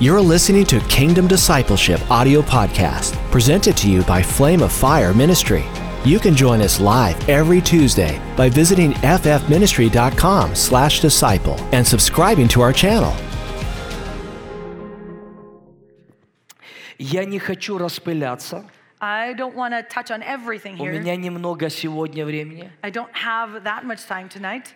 You're listening to Kingdom Discipleship audio podcast, presented to you by Flame of Fire Ministry. You can join us live every Tuesday by visiting ffministry.com slash disciple and subscribing to our channel. Я не хочу распыляться. I don't want to touch on everything У here. меня немного сегодня времени. I don't have that much time tonight,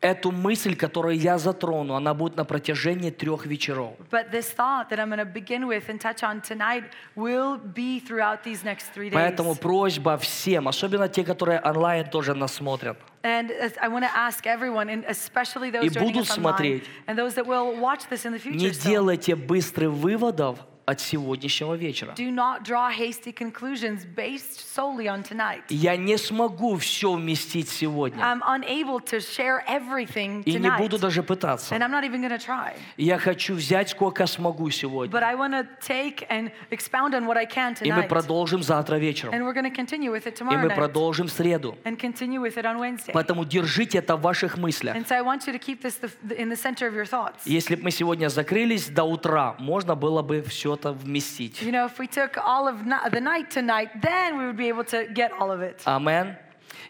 Эту мысль, которую я затрону, она будет на протяжении трех вечеров. but this thought that I'm going to begin with and touch on tonight will be throughout these next three days. Поэтому просьба всем, особенно те, которые онлайн тоже нас смотрят, And as- I want to ask everyone, and especially И those joining будут us online, смотреть. and those that will watch this in the не future. still, делайте быстрых выводов от сегодняшнего вечера. do not draw hasty conclusions based solely on tonight. Я не смогу все вместить сегодня. I'm unable to share everything И не буду tonight, даже пытаться. and I'm not even going to try. Я хочу взять сколько смогу сегодня. But I want to take and expound on what I can И мы tonight, продолжим завтра вечером. and we're going to continue with it И tomorrow мы night. продолжим в среду. and continue with it on Wednesday. Поэтому держите это в ваших мыслях. And so I want you to keep this the, in the center of your thoughts. Если бы мы сегодня закрылись до утра, можно было бы все это вместить. You know, if we took all of ni- the night tonight, then we would be able to get all of it. Амен.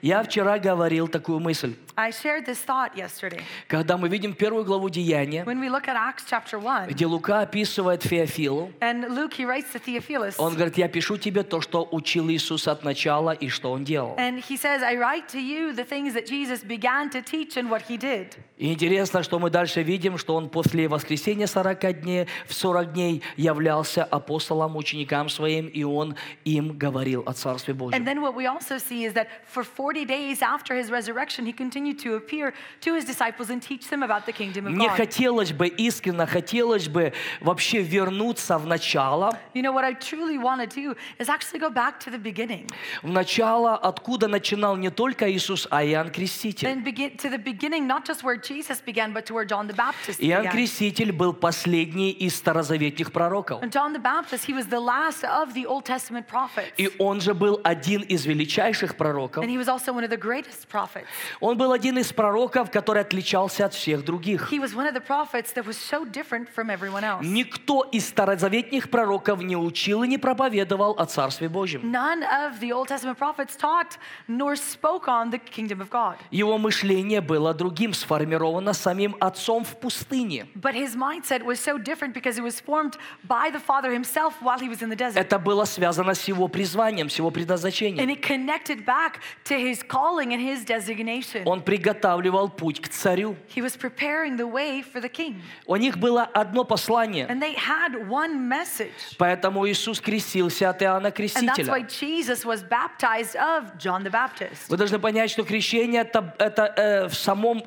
Я вчера говорил такую мысль. I shared this thought yesterday. Когда мы видим первую главу Деяния, When we look at Acts chapter 1, где Лука описывает Феофилу, and Luke, he writes to Theophilus, он говорит, я пишу тебе то, что учил Иисус от начала и что он делал. and he says, I write to you the things that Jesus began to teach and what he did. И интересно, что мы дальше видим, что он после воскресения 40 дней, в 40 дней являлся апостолом, ученикам своим, и он им говорил о Царстве And Божьем. then what we also see is that for 40 days after his resurrection, he continued to appear to his disciples and teach them about the kingdom of Мне God. хотелось бы, искренне хотелось бы вообще вернуться в начало, You know, what I truly want to do is actually go back to the beginning. в начало, откуда начинал не только Иисус, а Иоанн Креститель. And begin to the beginning, not just where Jesus began, but to where John the Baptist Иоанн began. Креститель был последний из старозаветних пророков. And John the Baptist, he was the last of the Old Testament prophets. И он же был один из величайших пророков. And he was also one of the greatest prophets. Он был один из пророков, который отличался от всех других. He was one of the prophets that was so different from everyone else. Mm. Никто из старозаветних пророков не учил и не проповедовал о Царстве Божьем. None of the Old Testament prophets taught nor spoke on the kingdom of God. Его мышление было другим, сформировано самим отцом в пустыне. But his mindset was so different because it was formed by the Father himself while he was in the desert. Это было связано с его призванием, с его And предназначением. it connected back to his calling and his designation. Он приготавливал путь к царю. He was preparing the way for the king. У них было одно послание, And they had one message. поэтому Иисус крестился от Иоанна And that's why Крестителя. Jesus was baptized of John the Baptist. Вы должны понять, что крещение это, это, э, в самом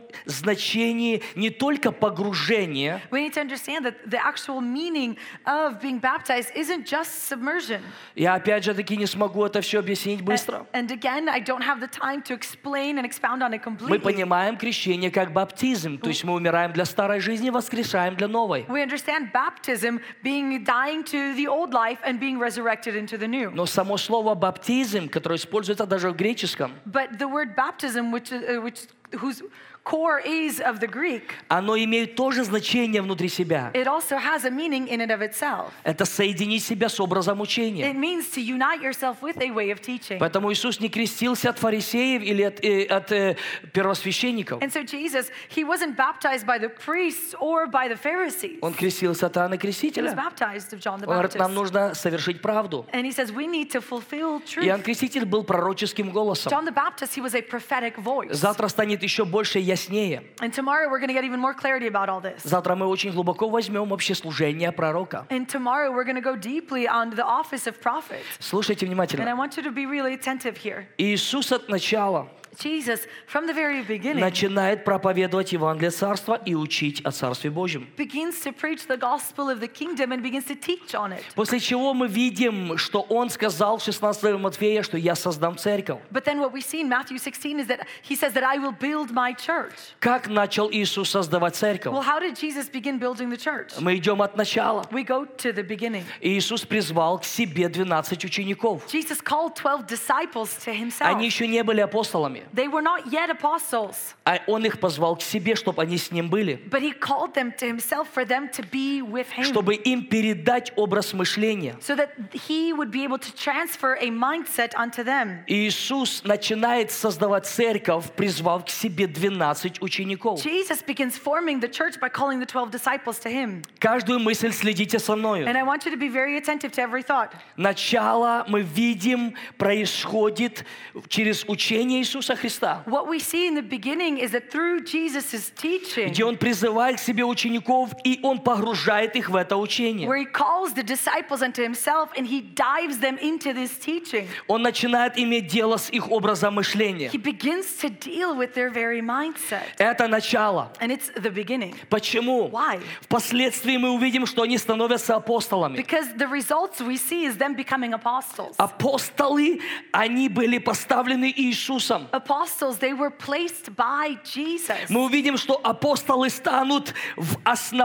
значении не только погружение, We need to understand that the actual meaning of being baptized isn't just submersion. Я опять же таки не смогу это все объяснить быстро. And, and again, I don't have the time to explain and expound on it Мы completely. понимаем крещение как баптизм, то есть мы умираем для старой жизни, воскрешаем для новой. We understand baptism being dying to the old life and being resurrected into the new. Но само слово баптизм, которое используется даже в греческом, But the word baptism, which, uh, which, whose core is of the Greek, оно имеет тоже значение внутри себя. it also has a meaning in and of itself. Это соединить себя с образом It учения. means to unite yourself with a way of teaching. Поэтому Иисус не крестился от фарисеев или от, э, от, э, первосвященников. and so Jesus, he wasn't baptized by the priests or by the Pharisees. Он крестился от Иоанна He was Крестителя. baptized of John the Он говорит, Baptist. нам нужно совершить правду. and he says, we need to fulfill truth. Иоанн Креститель был пророческим голосом. John the Baptist, he was a prophetic voice. Завтра станет еще больше и яснее. and tomorrow we're going to get even more clarity about all this. Завтра мы очень глубоко возьмем вообще служение пророка. And tomorrow we're going to go deeply on the office of prophet. Слушайте And I внимательно. want you to be really attentive here. Иисус от начала Jesus, from the very beginning, начинает проповедовать Евангелие Царства и учить о Царстве Божьем. begins to preach the gospel of the kingdom and begins to teach on it. После чего мы видим, что Он сказал в 16 Матфея, что «Я создам церковь». But then what we see in Matthew 16 is that he says that I will build my church. Как начал Иисус создавать Well, церковь? how did Jesus begin building the church? Мы идем от начала. We go to the beginning. Иисус призвал к себе 12 учеников. Jesus called 12 disciples to himself. Они еще не были апостолами. апостолами. They were not yet apostles, А он их позвал к себе, чтобы они с ним были, but he called them to himself for them to be with him. чтобы им передать образ мышления. so that he would be able to transfer a mindset unto them. И Иисус начинает создавать церковь, призвав к себе 12 учеников. Jesus begins forming the church by calling the 12 disciples to him. Каждую мысль следите со мною. And I want you to be very attentive to every thought. Начало мы видим происходит через учение Иисуса Христа, What we see in the beginning is that through Jesus' teaching, где Он призывает к себе учеников, и Он погружает их в это учение. where he calls the disciples unto himself and he dives them into this teaching, Он начинает иметь дело с их образом мышления. he begins to deal with their very mindset. Это начало. And it's the beginning. Почему? Why? Впоследствии мы увидим, что они становятся апостолами. Because the results we see is them becoming apostles. Апостолы, они были поставлены Иисусом. Apostles, they were placed by Jesus. Мы увидим, что апостолы станут в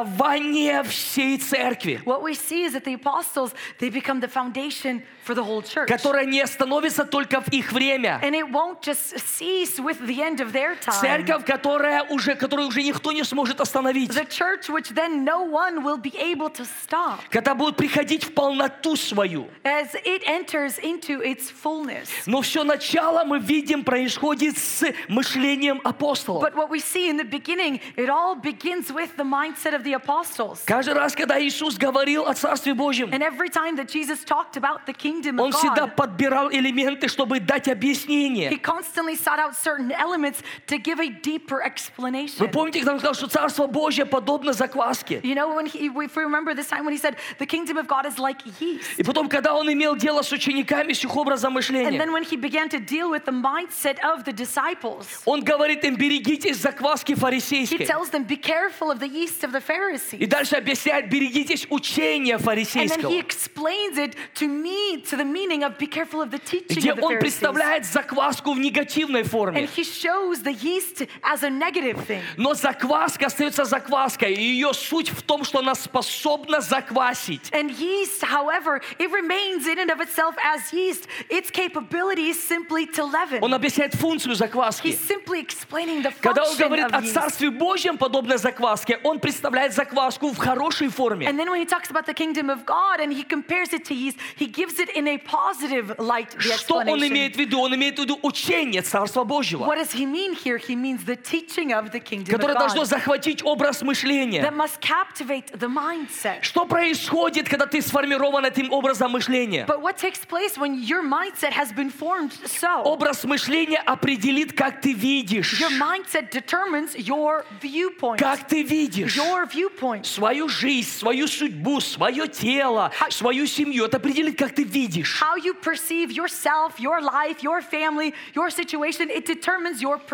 основание всей церкви, What we see is that the apostles, they become the foundation for the whole church. которая не остановится только в их время. And it won't just cease with the end of their time. Церковь, которая уже, которую уже никто не сможет остановить. The church, which then no one will be able to stop Когда будут приходить в полноту свою. as it enters into its fullness. Но все начало мы видим происходит с мышлением апостолов. But what we see in the beginning, it all begins with the mindset of the apostles. Каждый раз, когда Иисус говорил о Царстве Божьем, And every time that Jesus talked about Oh, the kingdom Он of всегда God, подбирал элементы, чтобы дать he объяснение. constantly sought out certain elements to give a deeper Вы explanation. помните, когда он сказал, что Царство Божье подобно закваске? You know, when he, if we remember this time when he said, the kingdom of God is like yeast. И потом, когда он имел дело с учениками, с их образом And мышления, then when he began to deal with the mindset of the disciples, он говорит им, берегитесь закваски he фарисейской. tells them, Be careful of the yeast of the И Pharisees. дальше объясняет, берегитесь учения And then he фарисейского, explains it to me, to the meaning of be careful of the teaching где of the он Pharisees. представляет закваску в негативной And форме. he shows the yeast as a negative thing. Но закваска остается закваской, и ее суть в том, что она способна заквасить. And yeast, however, it remains in and of itself as yeast. Its capability is simply to Он leaven. объясняет функцию закваски. He's simply explaining the Когда он function говорит о of yeast. Царстве Божьем, подобно закваске, он представляет закваску в хорошей форме. And then when he talks about the kingdom of God and he compares it to yeast, he gives it in a positive light. The Что он explanation. имеет в виду? Он имеет в виду учение Царства What Божьего, does he mean here? He means the teaching of the kingdom of которое должно God захватить образ that мышления. must captivate the mindset. Что происходит, когда ты сформирован этим образом мышления? But what takes place when your mindset has been formed so? Образ мышления определит, как ты видишь. Your mindset determines your viewpoint. Как ты видишь Your viewpoint. свою жизнь, свою судьбу, свое тело, А свою семью. Это определит, как ты видишь. How you perceive yourself, your life, your family, your situation, it determines your И вот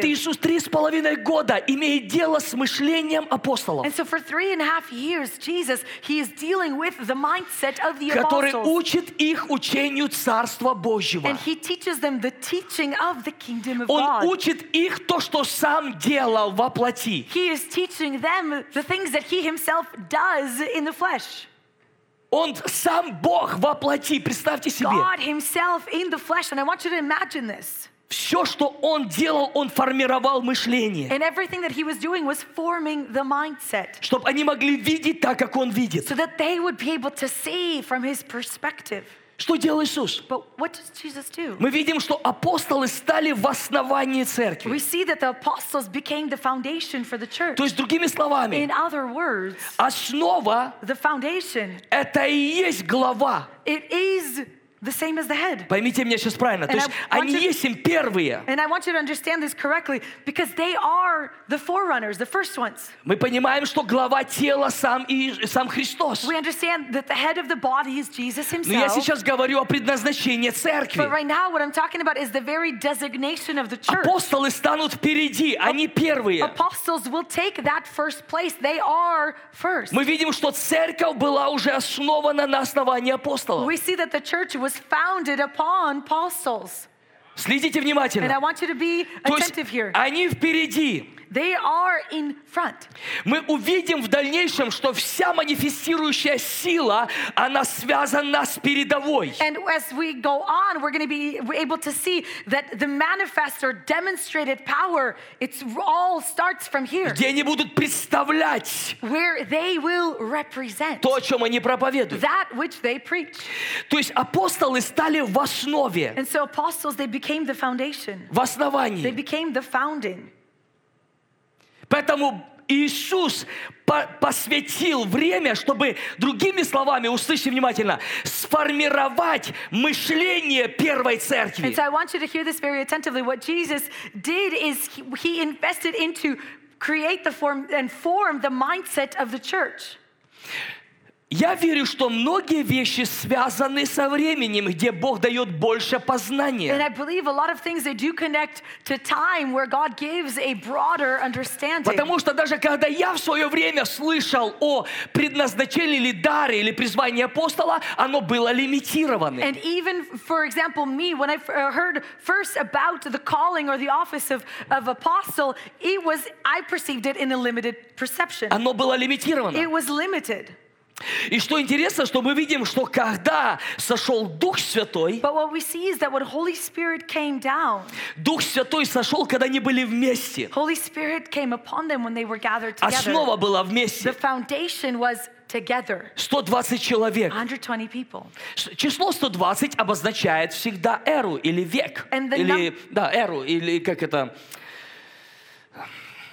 perspective. Иисус три с половиной года имеет дело с мышлением апостолов. And so for three and a half years, Jesus, he is dealing with the mindset of the который apostles. учит их учению Царства Божьего. And he teaches them the teaching of the kingdom of Он God. учит их то, что сам делал во плоти. He is teaching them the things that he himself does in the flesh. Он сам Бог во плоти. Представьте себе, God himself in the flesh. And I want you to imagine this. все, что Он делал, Он формировал мышление, And everything that he was doing was forming the mindset чтобы они могли видеть так, как Он видит. so that they would be able to see from his perspective. Что делал Иисус? But what does Jesus do? Мы видим, что апостолы стали в основании церкви. We see that the apostles became the foundation for the church. То есть, другими In словами, other words, основа the foundation, – это и есть глава. it is the same as the head. Поймите меня сейчас правильно. То And есть, I want они to- есть им первые. And I want you to understand this correctly because they are the forerunners, the first ones. Мы понимаем, что глава тела сам, и, сам Христос. We understand that the head of the body is Jesus Но я himself. сейчас говорю о предназначении But церкви. right now, what I'm talking about is the very designation of the church. Апостолы станут впереди, они первые. Apostles will take that first place. They are first. Мы видим, что церковь была уже основана на основании апостолов. We see that the church was founded upon apostles. Следите And I внимательно. want you to be То есть attentive here. они впереди. They are in front. Мы увидим в дальнейшем, что вся манифестирующая сила, она связана с передовой. And as we go on, we're going to be able to see that the manifest or demonstrated power, it's all starts from here, где они будут представлять where they will represent то, о чем они проповедуют. that which they preach. То есть апостолы стали в основе, And so apostles, they became the foundation. в They основании. became the founding. Поэтому Иисус по- посвятил время, чтобы, другими словами, услышьте внимательно, сформировать мышление первой церкви. And so I want you to hear this very attentively. What Jesus did is he, he invested into create the form and form the mindset of the church. Я верю, что многие вещи связаны со временем, где Бог дает больше And познания. I believe a lot of things they do connect to time where God gives a broader understanding. Потому что даже когда я в свое время слышал о предназначении или даре или призвании апостола, оно было лимитировано. And even, for example, me, when I f- uh, heard first about the calling or the office of, of apostle, it was, I perceived it in a limited perception. Оно было лимитировано. It was limited. И что интересно, что мы видим, что когда сошел Дух Святой, But what we see is that when Holy Spirit came down, Дух Святой сошел, когда они были вместе. Holy Spirit came upon them when they were gathered together. Основа была The вместе. foundation was together. 120 человек. 120 people. С- Число 120 обозначает всегда эру или век. And the Или, num- да, эру, или как это...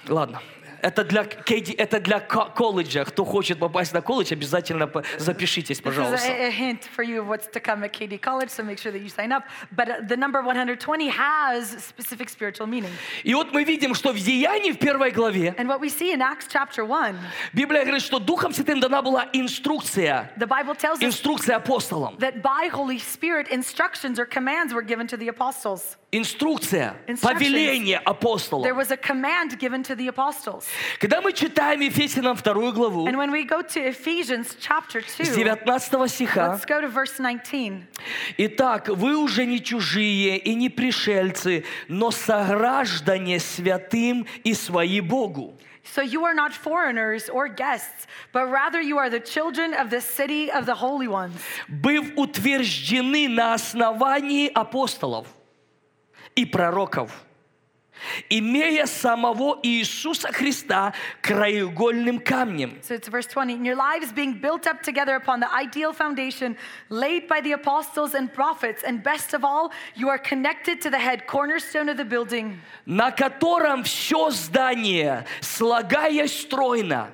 Ладно. Это для, KD это для ко- колледжа. Кто хочет попасть на колледж, обязательно по- запишитесь, This is пожалуйста. a, a hint for you of what's to come at KD College, so make sure that you sign up. But uh, the number 120 has specific spiritual meaning. И вот мы видим, что в Деянии в первой главе And what we see in Acts chapter 1, Библия говорит, что Духом Святым дана была инструкция. the Bible tells us Инструкция апостолам. that by Holy Spirit, instructions or commands were given to the apostles. Инструкция, Instructions. повеление There апостолам. was a command given to the apostles. Когда мы читаем Ефесянам вторую главу, And when we go to Ephesians chapter с 2, 19 стиха, let's go to verse 19. Итак, вы уже не чужие и не пришельцы, но сограждане святым и свои Богу. So you are not foreigners or guests, but rather you are the children of the city of the holy ones, Быв утверждены на основании апостолов и пророков, имея самого Иисуса Христа краеугольным камнем. So it's verse 20. And your lives being built up together upon the ideal foundation laid by the apostles and prophets. And best of all, you are connected to the head cornerstone of the building, на котором все здание, слагаясь стройно.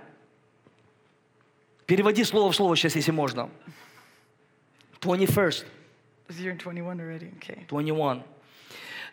Переводи слово в слово сейчас, если можно. 21st, you're in 21 already. Okay. 21.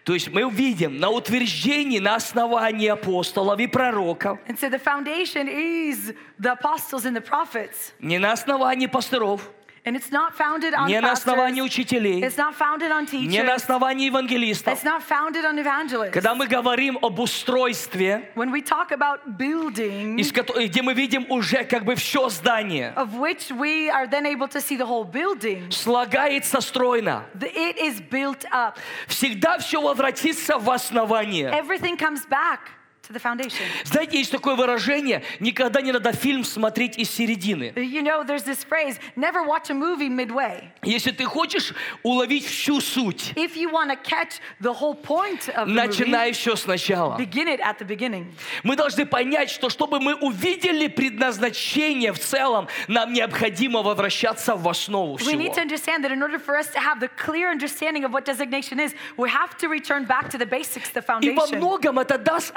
То есть мы увидим на утверждении, на основании апостолов и пророков, And so the foundation is the apostles and the prophets. не на основании пасторов, And it's not founded on не на основании pastors. учителей, It's not founded on не на teachers. основании евангелистов. It's not founded on evangelists. Когда мы говорим об устройстве, When we talk about building, из кото- где мы видим уже как бы все здание, of which we are then able to see the whole building, слагается стройно. the, it is built up. Всегда все возвратится в основание. Everything comes back to the foundation. Знаете, есть такое выражение, никогда не надо фильм смотреть из середины. You know, there's this phrase never watch a movie midway. Если ты хочешь уловить всю суть, If you want to catch the whole point of the movie, начинай все сначала. begin it at the beginning. Мы должны понять, что чтобы мы увидели предназначение в целом, нам необходимо возвращаться в основу We need to всего. understand that in order for us to have the clear understanding of what designation is, we have to return back to the basics, the И во foundation. Э, многом это даст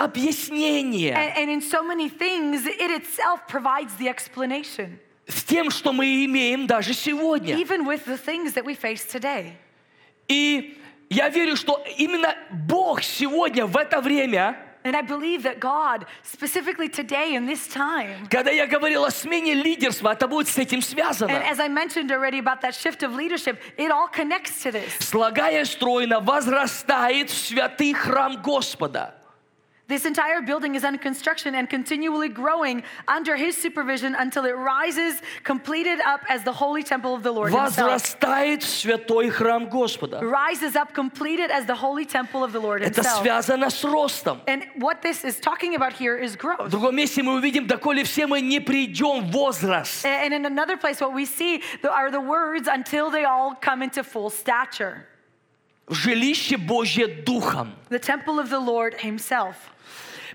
объяснение And, and in so many things, it itself provides the explanation, с тем, что мы имеем даже сегодня. even with the things that we face today. И я верю, что именно Бог сегодня, в это время, And I believe that God, specifically today in this time, Когда я говорил о смене лидерства, это будет с этим and связано. as I mentioned already about that shift of leadership, it all connects to this. Слагая стройно, возрастает в святый храм Господа. This entire building is under construction and continually growing under his supervision until it rises completed up as the holy temple of the Lord himself. возрастает святой храм Господа. Rises up completed as the holy temple of the Lord Это himself. связано с ростом. And what this is talking about here is В growth. другом месте мы увидим, доколе все мы не придем в возраст. And in another place, what we see are the words until they all come into full stature. В жилище Божье духом. The temple of the Lord himself.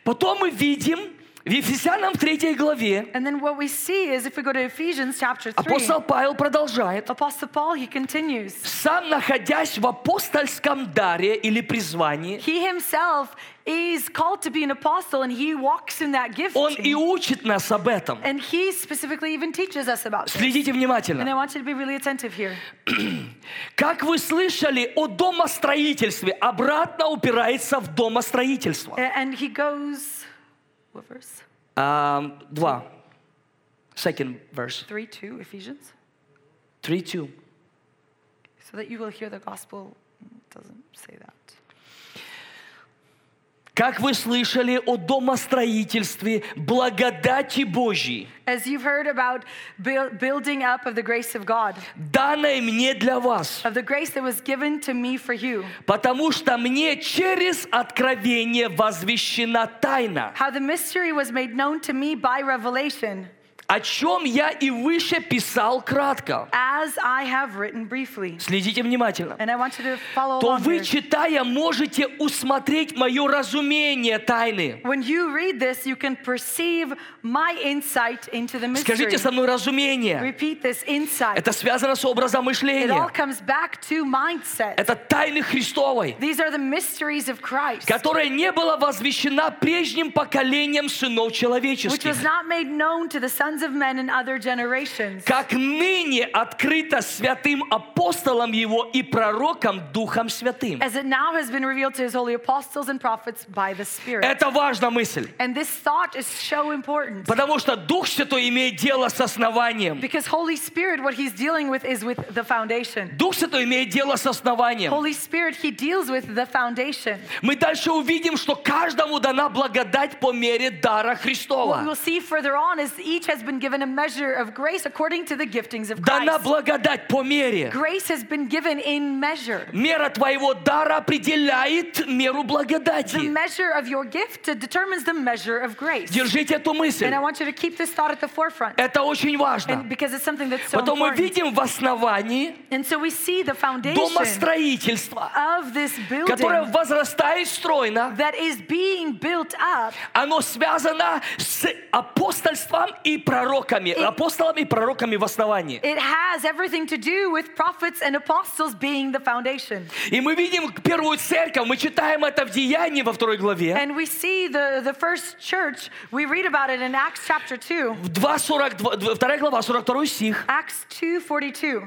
Потом мы видим в Ефесянам 3 главе And then what we see is if we go to Ephesians chapter 3, апостол Павел продолжает. Apostle Paul, he continues. Сам находясь в апостольском даре или призвании, He himself is called to be an apostle and he walks in that gift. он и учит нас об этом. And he specifically even teaches us about it. Следите And I внимательно. want you to be really attentive here. Как вы слышали о домостроительстве, обратно упирается в домостроительство. A- And he goes, what verse? Um, два. Second verse. 3 2, Ephesians. Three, two. So that you will hear the gospel. It doesn't say that. Как вы слышали о домостроительстве благодати Божьей, As you've heard about buil- building up of the grace of God, данной мне для вас, of the grace that was given to me for you, потому что мне через откровение возвещена тайна, how the mystery was made known to me by revelation, о чем я и выше писал кратко. as I have written briefly. Следите внимательно. And I want you to follow То along. вы, here. читая, можете усмотреть мое разумение тайны. When you read this, you can perceive my insight into the mystery. Скажите со мной разумение. Repeat this insight. Это связано с образом It all мышления. comes back to mindset. Это тайны Христовой, These are the mysteries of Christ, которая не была возвещена прежним поколением сынов which человеческих. was not made known to the sons of men in other generations. Как ныне открыто святым апостолам его и пророкам Духом Святым. as it now has been revealed to his holy apostles and prophets by the Spirit. Это важная мысль. and this thought is so important Потому что Дух Святой имеет дело с основанием. because Holy Spirit, what he's dealing with is with the foundation. Дух Святой имеет дело с основанием. Holy Spirit, he deals with the foundation. Мы дальше увидим, что каждому дана благодать по мере дара What we will Христова. see further on is each has been given a measure of grace according to the giftings of Дана Christ. благодать по мере. Grace has been given in measure. Мера твоего дара определяет меру The благодати. measure of your gift determines the measure of grace. Держите эту мысль. And I want you to keep this thought at the forefront Это очень and важно. because it's something that's so Потом мы important. видим в основании And so we see the foundation домостроительства, of this которое building возрастает стройно. that is being built up. Оно связано с апостольством и пророками. It- Апостолами и пророками в основании. It has everything to do with prophets and apostles being the foundation. И мы видим первую церковь, мы читаем это в Деянии во второй главе. And we see the, the first church, we read about it in Acts chapter 2. В 2.42, 2 глава, 42 стих. Acts 2:42.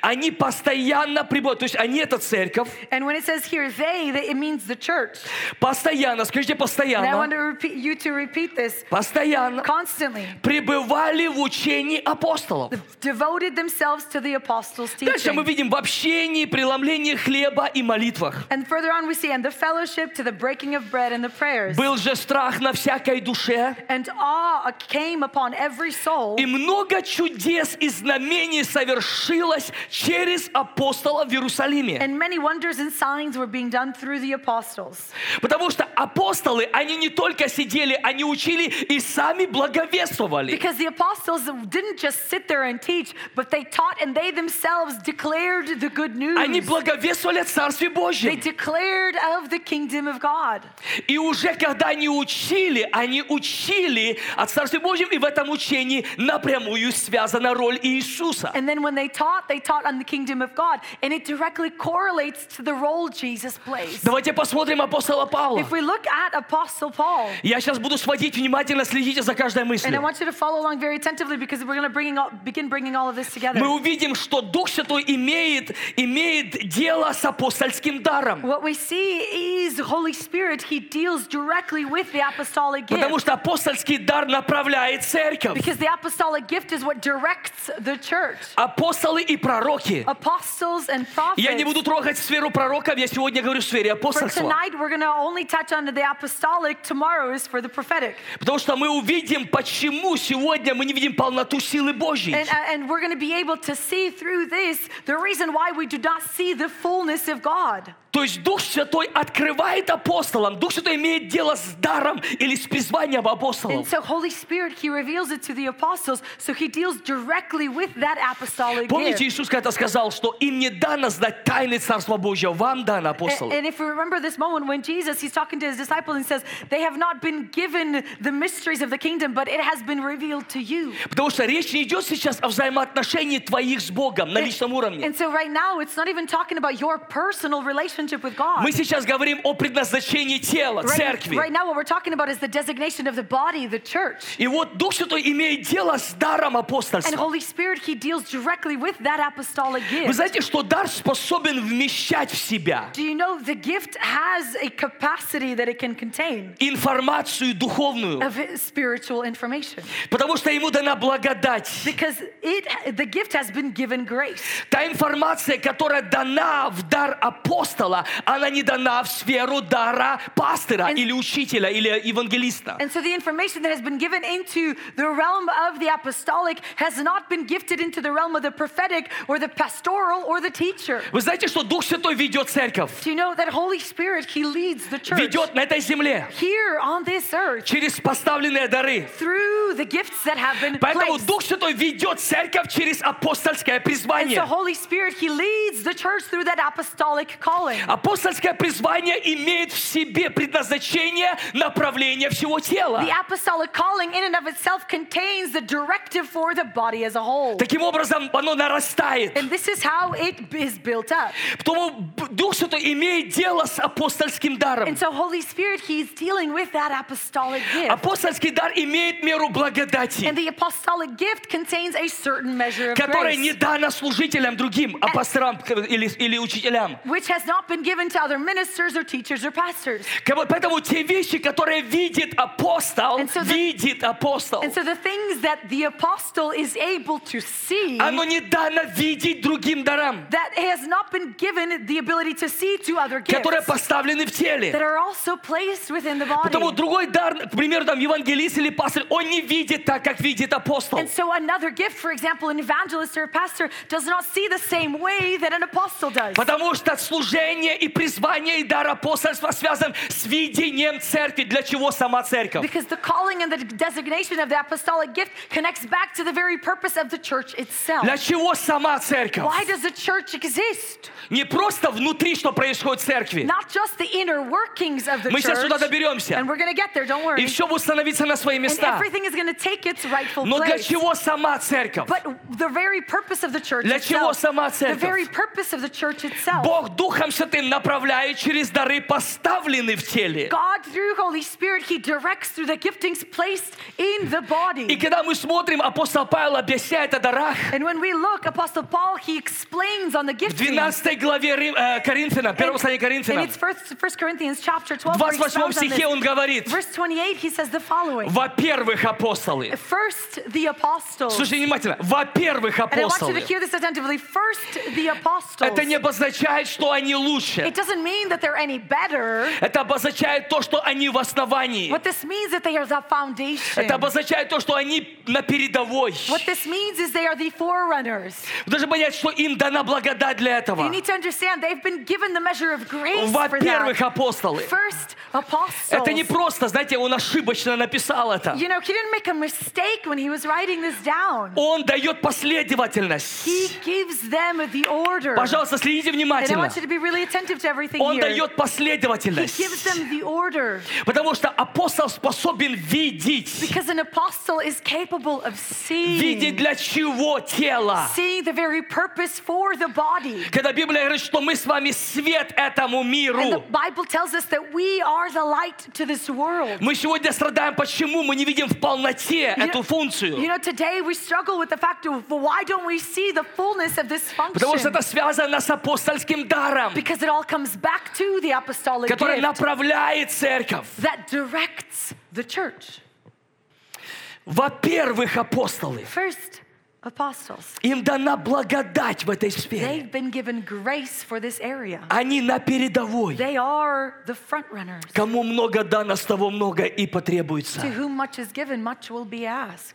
Они постоянно прибывают. То есть они, эта церковь, And when it says here they, they- it means the church. постоянно, скажите, And I постоянно, want to repeat you to repeat this постоянно constantly. пребывали в учении апостолов. Devoted themselves to the apostles' Дальше мы teaching. видим в общении, преломлении хлеба и молитвах. And further on we see and the fellowship to the breaking of bread and the prayers. Был же страх на всякой душе, And awe came upon every soul. и много чудес и знамений совершилось через апостола в Иерусалиме. And many wonders and signs were being done through the apostles. Потому что апостолы, они не только сидели, они учили и сами благовествовали. Because the apostles didn't just sit there and teach, but they taught and they themselves declared the good Они news. благовествовали о Царстве They Божьем. declared of the kingdom of God. И уже когда они учили, они учили о Царстве Божьем, и в этом учении напрямую связана роль Иисуса. And then when they taught, they taught on the kingdom of God. And it directly correlates to the role Jesus plays. Давайте посмотрим апостола Павла. If we look at Apostle Paul, Я сейчас буду сводить внимательно, следите за каждой and I мыслью. want you to follow follow along very attentively because we're going to bringing all, begin bringing all of this together. мы увидим, что Дух Святой имеет, имеет дело с апостольским даром. What we see is the Holy Spirit, He deals directly with the apostolic gift. Потому что апостольский дар направляет церковь. Because the apostolic gift is what directs the church. Апостолы и пророки. Apostles and prophets. Я не буду трогать сферу пророков, я сегодня говорю в сфере For апостольства. tonight, we're going to only touch on the apostolic. Tomorrow is for the prophetic. Потому что мы увидим, почему сегодня мы не видим полноту силы Божьей. And, and we're going to be able to see through this the reason why we do not see the fullness of God. То есть Дух Святой открывает апостолам. Дух Святой имеет дело с даром или с призванием And апостолов. so, Holy Spirit, He reveals it to the apostles. So, He deals directly with that apostolic Помните, gift. Иисус когда-то сказал, что им не дано знать тайны Царства Божьего, вам дано And, апостолы. and if we remember this moment when Jesus, He's talking to His disciples and says, They have not been given the mysteries of the kingdom, but it has been revealed to you. Потому что речь не идет сейчас о взаимоотношении твоих с Богом Э, на личном уровне. And so, right now, it's not even talking about your personal relationship with God. Мы сейчас говорим о предназначении тела, Right, right церкви. now, what we're talking about is the designation of the body, the church. И вот Дух Святой имеет дело с даром And апостольства. Holy Spirit, He deals directly with that apostolic Вы gift. знаете, что дар способен вмещать в себя Do you know the gift has a capacity that it can contain информацию духовную, of spiritual information? потому что ему дана благодать. Because it, the gift has been given grace. Та информация, которая дана в дар апостола, она не дана в сферу дара пастора And- или учителя или евангелиста. And so the information that has been given into the realm of the apostolic has not been gifted into the realm of the prophetic or the pastoral or the teacher. Вы знаете, что Дух Святой ведет церковь? Do you know that Holy Spirit, He leads the church Ведет на этой земле here on this earth через поставленные дары. through the gifts that have been Поэтому placed. Дух Святой ведет церковь через апостольское And so призвание. Holy Spirit, He leads the church through that apostolic calling. Ah. Апостольское призвание имеет в себе предназначение, направление всего тела. The apostolic calling in and of itself contains the directive for the body as a whole. Таким образом, оно нарастает. And this is how it is built up. Потому Б- Дух Святой имеет дело с апостольским даром. And so Holy Spirit, He's dealing with that apostolic Ah, gift. Апостольский дар имеет меру благодати, And the apostolic gift contains a certain measure of которая не grace, дана служителям другим, апостолам к- или, или учителям. which has not been given to other ministers or teachers or pastors. Кого- Поэтому те вещи, которые видит апостол, And so the- видит апостол, And so the things that the apostle is able to see оно не дано видеть другим дарам, that has not been given the ability to see to other gifts которые поставлены в that теле. are also placed within the Потому body. другой дар, к примеру, там евангелист или пастор, он не видит так, как видит апостол. And so another gift, for example, an evangelist or a pastor does not see the same way that an apostle does. Потому что служение и призвание и дар апостольства связан с видением церкви, для чего сама церковь. Because the calling and the designation of the apostolic gift connects back to the very purpose of the church itself. Для чего сама церковь? Why does the church exist? Не просто внутри, что происходит в церкви. Not just the inner workings of the Мы сейчас туда church. доберемся. And we're going to get there, don't worry. И все будет становиться на свои And места. everything is going to take its rightful Но для place. чего сама церковь? But the very purpose of the church Для чего itself, сама the церковь? very purpose of the church itself, Бог Духом Святым направляет через дары, поставлены в теле. God through Holy Spirit, He directs through the giftings placed in the И body. когда мы смотрим, апостол Павел объясняет о дарах And when we look, Apostle Paul, he explains on the в giftings. 12 главе Рим- э, Коринфянам, And, первом послании and Коринфянам, it's first, 1 Corinthians chapter 12, в where he 28 expounds on стихе this. он говорит, Verse Э, 28, he says the following. во-первых, апостолы. First, the apostles. Слушайте внимательно. Во-первых, And I want you to апостолы. hear this attentively. First, the apostles. Это не обозначает, что они лучше. It doesn't mean that they're any better. Это обозначает то, что они в основании. What this means is that they are the foundation. Это обозначает то, что они на передовой. What this means is they are the forerunners. Вы должны понять, что им дана благодать для You этого. need to understand they've been given the measure of grace for Во-первых, that. апостолы. First, apostles. Это не просто, знаете, он ошибочно написал это. You know, he didn't make a mistake when he was writing this down. Он дает последовательность. He gives them the order. Пожалуйста, следите And I внимательно. want you to be really attentive to everything Он here. дает He последовательность. gives them the order Потому что апостол способен видеть. because an apostle is capable of Видеть seeing, для чего тело. seeing the very purpose for the body. Когда Библия говорит, что мы с вами свет этому And the миру. Bible tells us that we are the light to this world. Мы сегодня страдаем, почему мы не видим в полноте себе You know- эту функцию. You know, today we struggle with the fact of well, why don't we see the fullness of this Потому что function? это связано с апостольским даром, Because it all comes back to the apostolic который gift направляет церковь. that directs the church. Во-первых, апостолы. First, apostles. Им дана благодать в этой сфере. They've been given grace for this area. Они на передовой. They are the front runners. Кому много дано, с того много и To потребуется. whom much is given, much will be asked.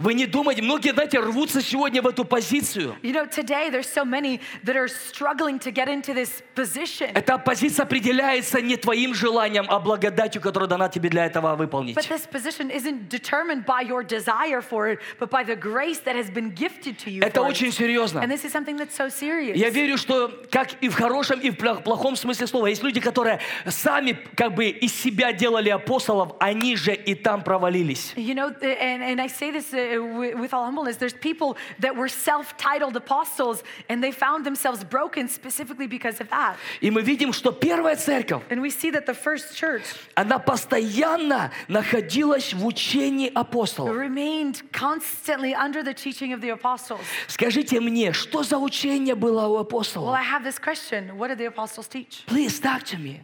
Вы не думайте, многие, знаете, рвутся сегодня в эту позицию. You know, today there's so many that are struggling to get into this position. Эта позиция определяется не твоим желанием, а благодатью, которая дана тебе для этого выполнить. But this position isn't determined by your desire for it, but by the grace that has been gifted to you. Это for it. очень And серьезно. this is something that's so serious. Я верю, что как и в хорошем, и в пла- плохом смысле слова, есть люди, которые сами как бы из себя делали апостолов, они же и там провалились. You know, th- and, and I say this uh, wi- with all humbleness there's people that were self titled apostles and they found themselves broken specifically because of that. И мы видим, что первая церковь, And we see that the first church она постоянно находилась в учении апостолов. remained constantly under the teaching of the apostles. Скажите мне, что за учение было у Well, апостолов? I have this question What did the apostles teach? Please, talk to me.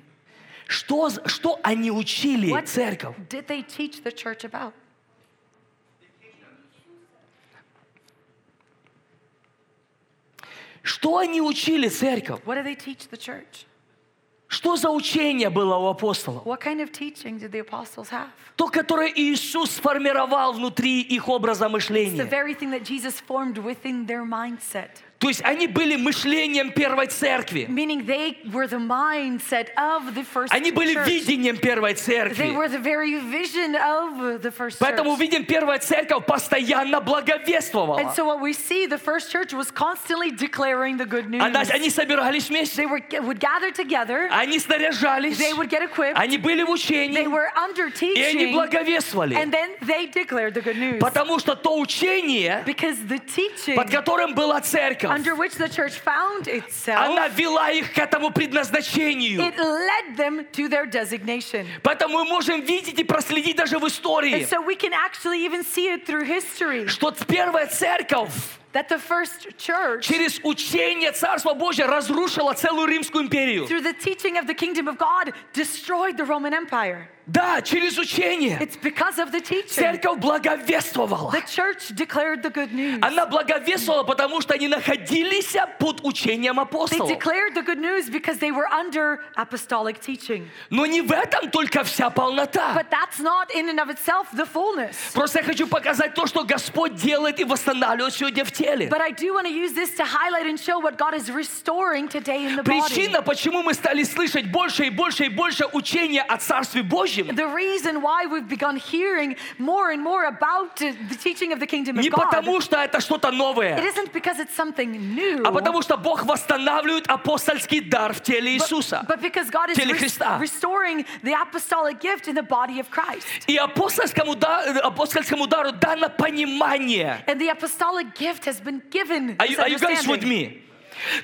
Что, з- что они учили What церковь? did they teach the church about? Что они учили церковь? What did they teach the church? Что за учение было у апостолов? What kind of teaching did the apostles have? То, которое Иисус сформировал внутри их образа It's the мышления. very thing that Jesus formed within their mindset, То есть они были мышлением первой церкви. meaning they were the mindset of the first Они были church. видением первой They церкви. were the very vision of the first Поэтому church. видим, первая церковь постоянно And благовествовала. so what we see, the first church was constantly declaring the good news. Она- Они собирались вместе, They were, would gather together. они снаряжались, They would get equipped. они были в They учении, were under и они teaching. And благовествовали. then they declared the good news. Потому что то учение, Because the teaching под которым была церковь, under which the church found itself, она вела их к этому предназначению. it led them to their designation. Поэтому мы можем видеть и проследить даже в истории, And so we can actually even see it through history что первая церковь that the first church, через учение Царства Божьего разрушила целую Римскую империю. through the teaching of the kingdom of God, destroyed the Roman Empire. Да, через учение. It's because of the teaching. Церковь благовествовала. The church declared the good news. Она благовествовала, потому что они находились под учением They апостолов. declared the good news because they were under apostolic teaching. Но не в этом только вся полнота. But that's not in and of itself the fullness. Просто я хочу показать то, что Господь делает и восстанавливает сегодня в теле. But I do want to use this to highlight and show what God is restoring today in the body. Причина, почему мы стали слышать больше и больше и больше учения о Царстве Божьем, The reason why we've begun hearing more and more about uh, the teaching of the kingdom of не God потому, что это что-то It новое, isn't because it's something new, а потому, что Бог восстанавливает апостольский дар в теле Иисуса. but, but because God is Теле res- Христа. restoring the apostolic gift in the body of Christ. И апостольскому, да- э, апостольскому дару дано понимание. And the apostolic gift has been given. Are you, this are you guys with understanding. me?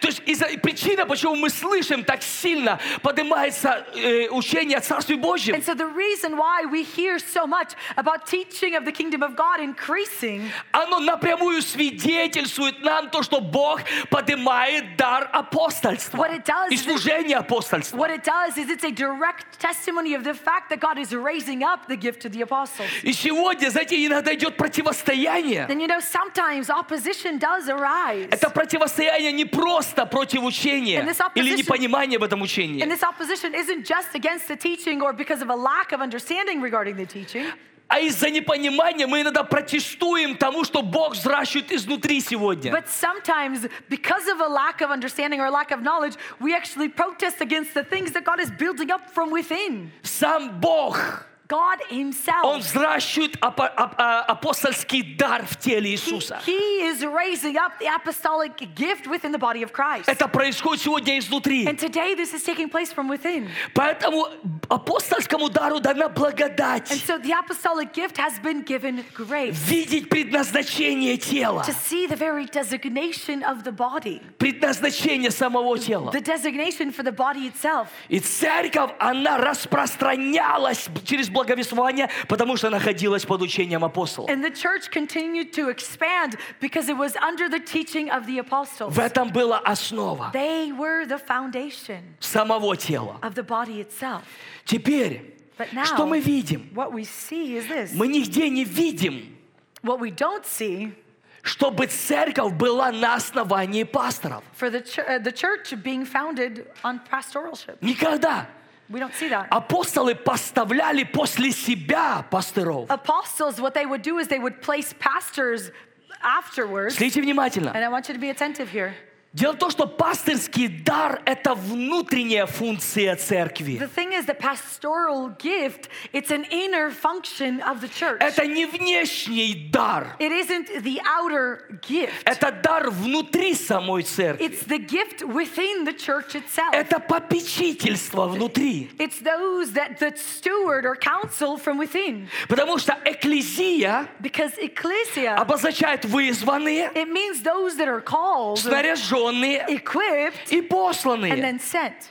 То есть из-за- причина, почему мы слышим так сильно, поднимается э, учение о Царстве Божьем, And so the reason why we hear so much about teaching of the kingdom of God increasing оно напрямую свидетельствует нам то, что Бог поднимает дар апостольства What it does и is it- служение апостольства. What it does is it's a direct testimony of the fact that God is raising up the gift of the apostles. И сегодня, знаете, иногда идет противостояние. Then you know sometimes opposition does arise. Это противостояние не просто против And учения this opposition- или непонимания в этом учении. And this opposition isn't just against the teaching or because of a lack of understanding regarding the teaching, А из-за непонимания мы иногда протестуем тому, что Бог взращивает изнутри сегодня. but sometimes because of a lack of understanding or lack of knowledge, we actually protest against the things that God is building up from within. Сам Бог, God Он Himself. взращивает апо- ап- а- апостольский дар в теле He, Иисуса. he is raising up the apostolic gift within the body of Christ. Это происходит сегодня изнутри. And today this is taking place from within. Поэтому апостольскому дару дана And благодать so the apostolic gift has been given grace видеть предназначение тела, to see the very designation of the body, предназначение самого тела. the designation for the body itself. И церковь, она распространялась через благовествования, потому что находилась под учением апостолов. And the church continued to expand because it was under the teaching of the apostles. В этом была основа They were the foundation самого тела. of the body itself. Теперь, But now, что мы видим? what we see is this. Мы нигде не видим, What we don't see чтобы церковь была на основании пасторов. for the, chur- uh, the church being founded on pastoralship, Никогда. we don't see that. Апостолы поставляли после себя пастыров. Apostles, what they would do is they would place pastors afterwards. Смотрите внимательно. And I want you to be attentive here. Дело в том, что пастырский дар – это внутренняя функция The церкви. thing is, the pastoral gift, it's an inner function of the church. Это не внешний дар. It isn't the outer gift. Это дар внутри самой церкви. It's the gift within the church itself. Это попечительство внутри. It's those that the steward or counsel from within. Потому что экклезия Because ecclesia, обозначает вызванные, it means those that are called, снаряженные equipped, и and посланные. then sent.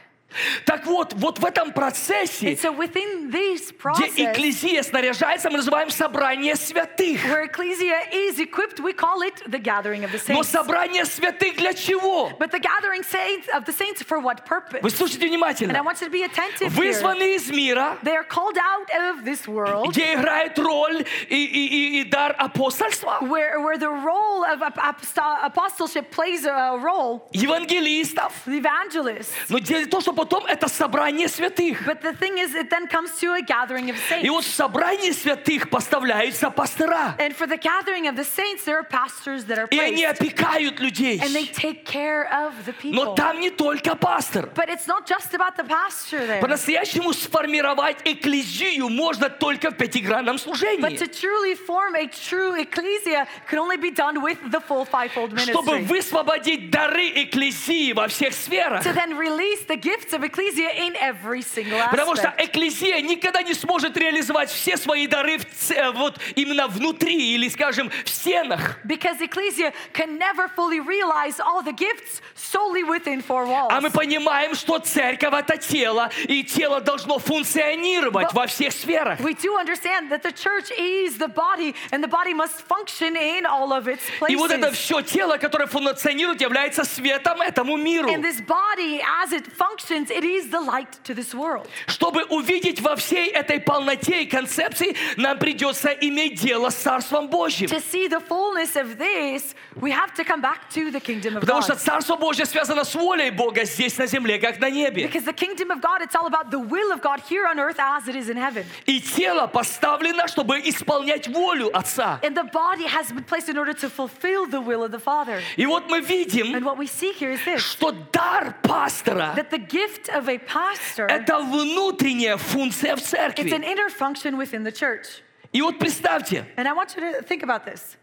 Так вот, вот в этом процессе, And so within this где process, экклезия снаряжается, мы называем собрание святых. where ecclesia is equipped, we call it the gathering of the Но saints. собрание святых для чего? But the gathering saints of the saints for what purpose? Вы слушайте And I внимательно. want you to be attentive here. Вызваны из мира, They are called out of this world где играет роль и, и- и- и дар апостольства, where, where the role of ap- aposto- apostleship plays a- a role, евангелистов. the evangelist. Но дело в том, что потом это собрание святых. But the thing is, it then comes to a gathering of И saints. вот в собрании святых поставляются пастыра. And for the gathering of the saints, there are pastors that are И они placed. опекают людей. And they take care of the Но people. там не только пастор. But it's not just about the pastor there. По-настоящему сформировать экклезию можно только в пятигранном But to служении. truly form a true ecclesia can only be done with the full fivefold Чтобы ministry. высвободить дары экклезии во всех сферах. To then release the gifts of ecclesia in every single Потому что aspect. экклезия никогда не сможет реализовать все свои дары в ц- э, вот именно внутри или, скажем, в стенах. Because ecclesia can never fully realize all the gifts solely within four walls. А мы понимаем, что церковь это тело, и тело должно функционировать But- во всех сферах. We do understand that the church is the body, and the body must function in all of its И вот это places. все тело, которое функционирует, является светом этому миру. And this body, as it functions, it is the light to this world. Чтобы увидеть во всей этой полноте и концепции, нам придется иметь дело с Царством Божьим. To see the fullness of this, we have to come back to the kingdom of Потому что God. Царство Божье связано с волей Бога здесь на земле, как на небе. Because the kingdom of God, it's all about the will of God here on earth as it is in heaven. И тело поставлено, чтобы исполнять волю Отца. And the body has been placed in order to fulfill the will of the Father. И вот мы And видим, what we see here is this что дар пастора that the gift of a – pastor это внутренняя функция в it's an церкви. inner function within the church. И вот представьте, And I want you to think about this.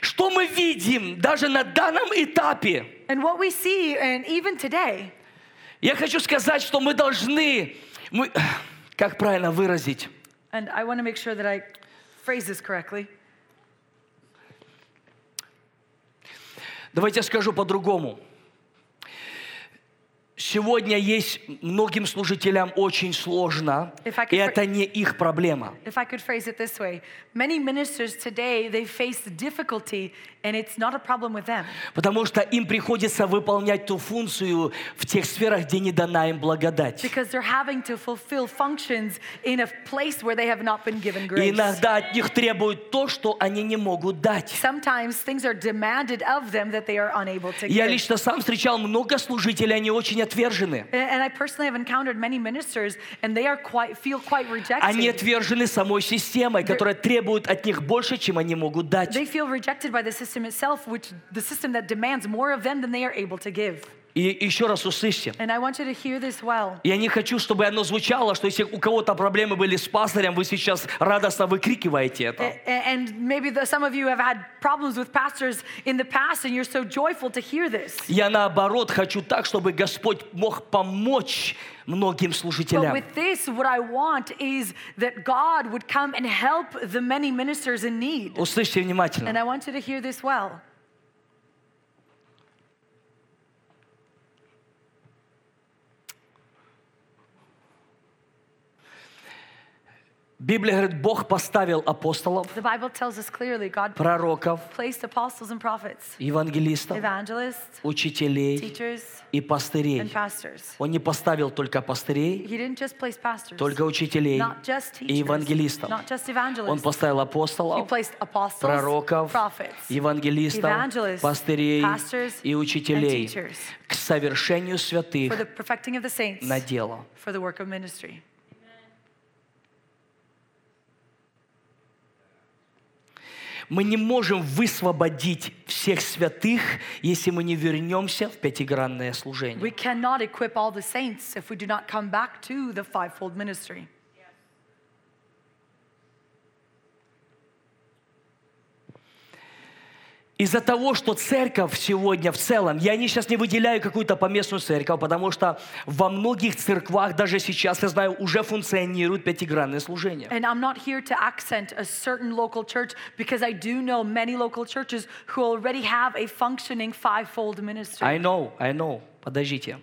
что мы видим даже на данном этапе. And what we see, and even today, Я хочу сказать, что мы должны, мы, как правильно выразить, and I want to make sure that I phrase this correctly. Давайте я скажу по-другому. Сегодня есть многим служителям очень сложно, If I could и fr- это не их проблема. If I could phrase it this way, many ministers today they face difficulty, and it's not a problem with them Потому что им приходится выполнять ту функцию в тех сферах, где не дана им благодать. because they're having to fulfill functions in a place where they have not been given И grace. иногда от них требуют то, что они не могут дать. Sometimes things are demanded of them that they are unable to Я give. лично сам встречал много служителей, они очень отвержены. A- And I personally have encountered many ministers, and they are quite feel quite Они rejected. отвержены самой системой, которая требует от них больше, чем они могут дать. They feel rejected by the system itself, which the system that demands more of them than they are able to give. И еще раз услышьте. And I want you to hear this well. Я не хочу, чтобы оно звучало, что если у кого-то проблемы были с пастырем, вы сейчас радостно выкрикиваете A- это. a- And maybe the, some of you have had problems with pastors in the past, and you're so joyful to hear this. Я наоборот хочу так, чтобы Господь мог помочь многим But служителям. with this, what I want is that God would come and help the many ministers in need. Услышьте And внимательно. I want you to hear this well. Библия говорит, Бог поставил апостолов, The Bible tells us clearly God пророков, placed apostles and prophets, евангелистов, evangelists, учителей teachers, и and пастырей. pastors. Он не поставил только пастырей, He didn't just place pastors, только учителей not just и teachers, евангелистов. not just Он evangelists. поставил He апостолов, placed apostles, пророков, prophets, евангелистов, evangelists, пастырей pastors, и and учителей teachers. к совершению святых for the perfecting of the saints, на дело. for the work of ministry. Мы не можем высвободить всех святых, если мы не вернемся в пятигранное служение. We cannot equip all the saints if we do not come back to the fivefold ministry. Из-за того, что церковь сегодня в целом, я не, сейчас не выделяю какую-то поместную церковь, потому что во многих церквах, даже сейчас, я знаю, уже функционирует пятигранное служение. And I'm not here to accent a certain local church because I do know many local churches who already have a functioning fivefold ministry. I know, I know. Подождите.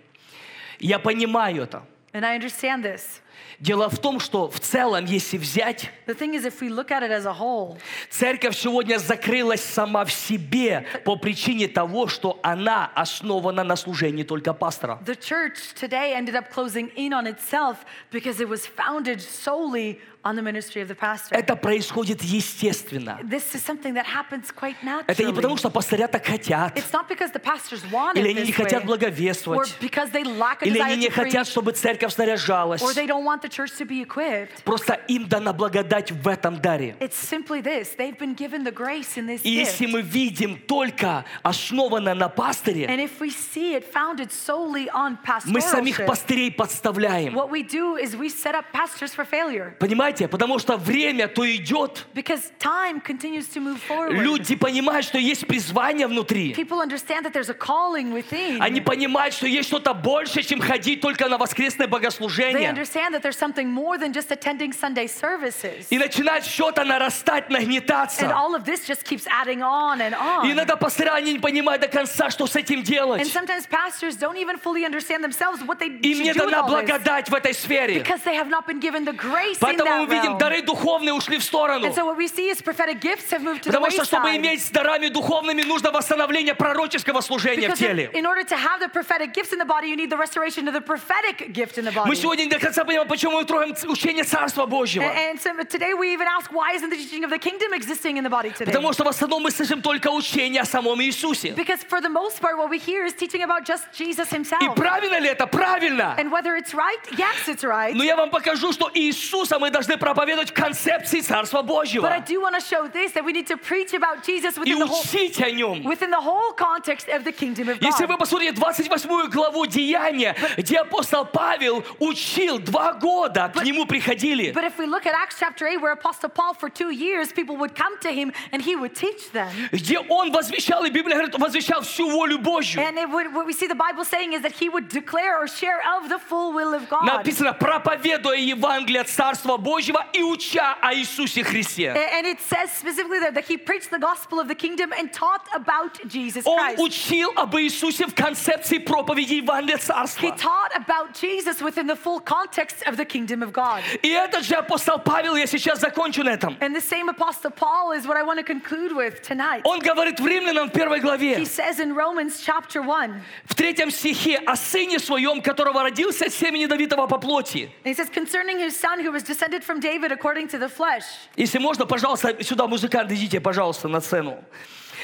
Я понимаю это. and I understand this. Дело в том, что в целом, если взять, The thing is, if we look at it as a whole, церковь сегодня закрылась сама в себе по причине того, что она основана на служении только пастора. the church today ended up closing in on itself because it was founded solely on the ministry of the pastor. Это происходит естественно. this is something that happens quite Это naturally. не потому, что пастыря так хотят, It's not because the pastors want Или it они не this хотят way, or благовествовать. because they lack a или desire они не to хотят, preach, чтобы церковь снаряжалась. or they don't want the church to be equipped. Просто им дана благодать в этом даре. It's simply this: they've been given the grace in this И если gift, мы видим только основано на пастыре, and if we see it founded solely on мы самих pastoralship, пастырей подставляем. what we do is we set up pastors for failure Понимаете? Потому что время то идет. because time continues to move forward. Люди понимают, что есть призвание внутри. People understand that there's a calling within. Они понимают, что есть что-то больше, чем ходить только на воскресное They богослужение. understand that there's something more than just attending Sunday services. И начинает что-то нарастать, And нагнетаться. all of this just keeps adding on and on. И иногда пастыря, они не понимают до конца, что с этим And делать. sometimes pastors don't even fully understand themselves what they Им should не do with дана all this благодать в этой сфере. because they have not been given the grace in Поэтому мы that видим, realm. дары духовные ушли в сторону. And so what we see is prophetic gifts have moved to the Потому что, чтобы wayside. иметь с дарами духовными, нужно восстановление пророческого служения в because in, теле. in order to have the prophetic gifts in the body, you need the restoration of the prophetic gift in the body. Мы сегодня не до конца понимаем, почему мы трогаем ц- учение Царства Божьего. and, and so today we even ask, why isn't the teaching of the kingdom existing in the body today? Потому что в основном мы слышим только учение о самом Иисусе. because for the most part, what we hear is teaching about just Jesus И himself. правильно ли это? Правильно! And whether it's right, yes, it's right. Но я вам покажу, что Иисуса мы должны проповедовать в концепции Царства But I Божьего. do want to show this that we need to preach about Jesus И within the whole учить о Нем. within the whole context of the kingdom of Если вы God. посмотрите 28 главу Деяния, где апостол Павел учил два года, к But- нему приходили. But if we look at Acts chapter 8, where Apostle Paul, for two years, people would come to him and he would teach them. где он возвещал, и Библия говорит, он возвещал всю волю Божью. And it would, what we see the Bible saying is that he would declare or share of the full will of God. Написано, проповедуя Евангелие от Царства Божьего и уча о Иисусе A- Христе. And it says specifically there that he preached the gospel of the kingdom and taught about Jesus Он Christ. учил об Иисусе в концепции проповеди Евангелия He Царства. taught about Jesus within the full context of the kingdom of God. И этот же апостол Павел, я сейчас закончу на этом. And the same Apostle Paul is what I want to conclude with tonight. Он говорит в Римлянам в первой He главе, says in Romans chapter 1, в третьем стихе, о сыне своем, которого родился от семени Давидова по плоти. And he says, concerning his son who was descended from David according to the flesh. Если можно, пожалуйста, сюда музыканты идите, пожалуйста, на сцену.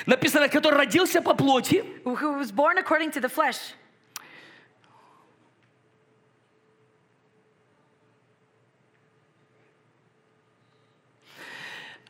Написано, который родился по плоти, who- Who was born according to the flesh.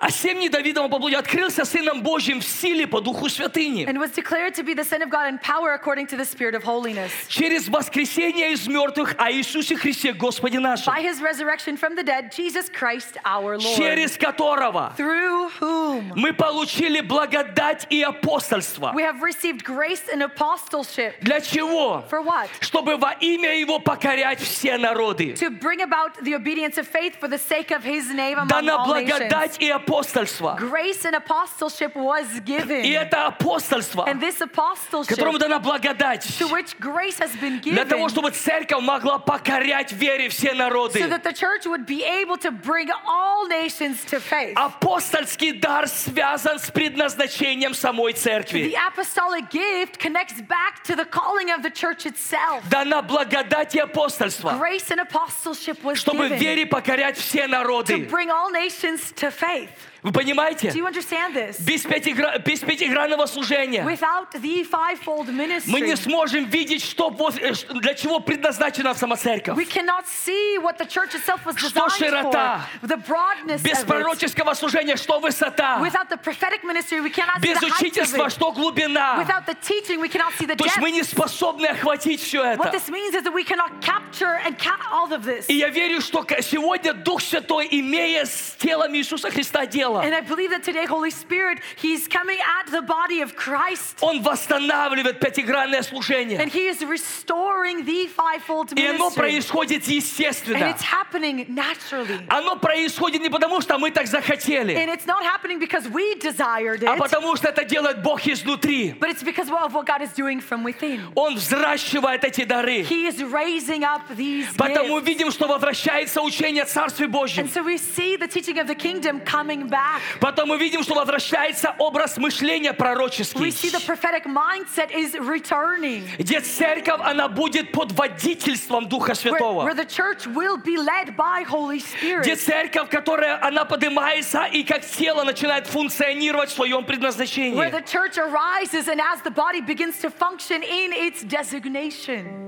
А семени Давидова по плоти открылся Сыном Божьим в силе по Духу Святыни. And was declared to be the Son of God in power according to the Spirit of holiness. Через воскресение из мертвых о Иисусе Христе Господе нашем, By his resurrection from the dead, Jesus Christ our Lord. через которого Through whom мы получили благодать и апостольство. we have received grace and apostleship. Для чего? For what? Чтобы во имя Его покорять все народы. To bring about the obedience of faith for the sake of his name among Дана all nations. благодать и апостольство. Grace and apostleship was И given. это апостольство, And this apostleship которому дана благодать. to which grace has been Для того, given чтобы церковь могла покорять вере все so народы. that the church would be able to bring all nations to faith. Апостольский дар связан с предназначением самой The церкви. apostolic gift connects back to the calling of the church itself. Дана благодать и апостольство, Grace and apostleship was чтобы в given вере покорять все to народы. bring all nations to faith. Вы понимаете? Do you understand this? Без, пятигра- без пятигранного служения Without the fivefold мы ministry, не сможем видеть, что воз- э, ш- для чего предназначена сама церковь. we cannot see what the church itself was Что designed широта? for. The broadness Без of it. пророческого служения что высота. Without the prophetic ministry, we cannot see Без the height of учительства it. что глубина. Without the teaching, we cannot see the То есть depth. мы не способны охватить все What это. this means is that we cannot capture and count all of this. И я верю, что к- сегодня Дух Святой, имея с телом Иисуса Христа дело, And I believe that today, Holy Spirit, He's coming at the body of Christ Он восстанавливает пятигранное служение. and He is restoring the fivefold И оно ministry. происходит And естественно. it's happening naturally. Оно происходит не потому, что мы так захотели, And it's not happening because we desired а it, потому, что это делает Бог изнутри. but it's because of what God is doing from within. Он взращивает эти дары. He is raising up these Поэтому gifts. видим, что возвращается учение Царстве And Божьем. so we see the teaching of the kingdom coming back. Потом мы видим, что возвращается образ мышления We see the пророческий. prophetic mindset is returning. Где церковь, она будет под водительством Духа Where, Святого. where the church will be led by Holy Где Spirit. церковь, которая она поднимается и как тело начинает функционировать в своем Where предназначении. the church arises and as the body begins to function in its designation.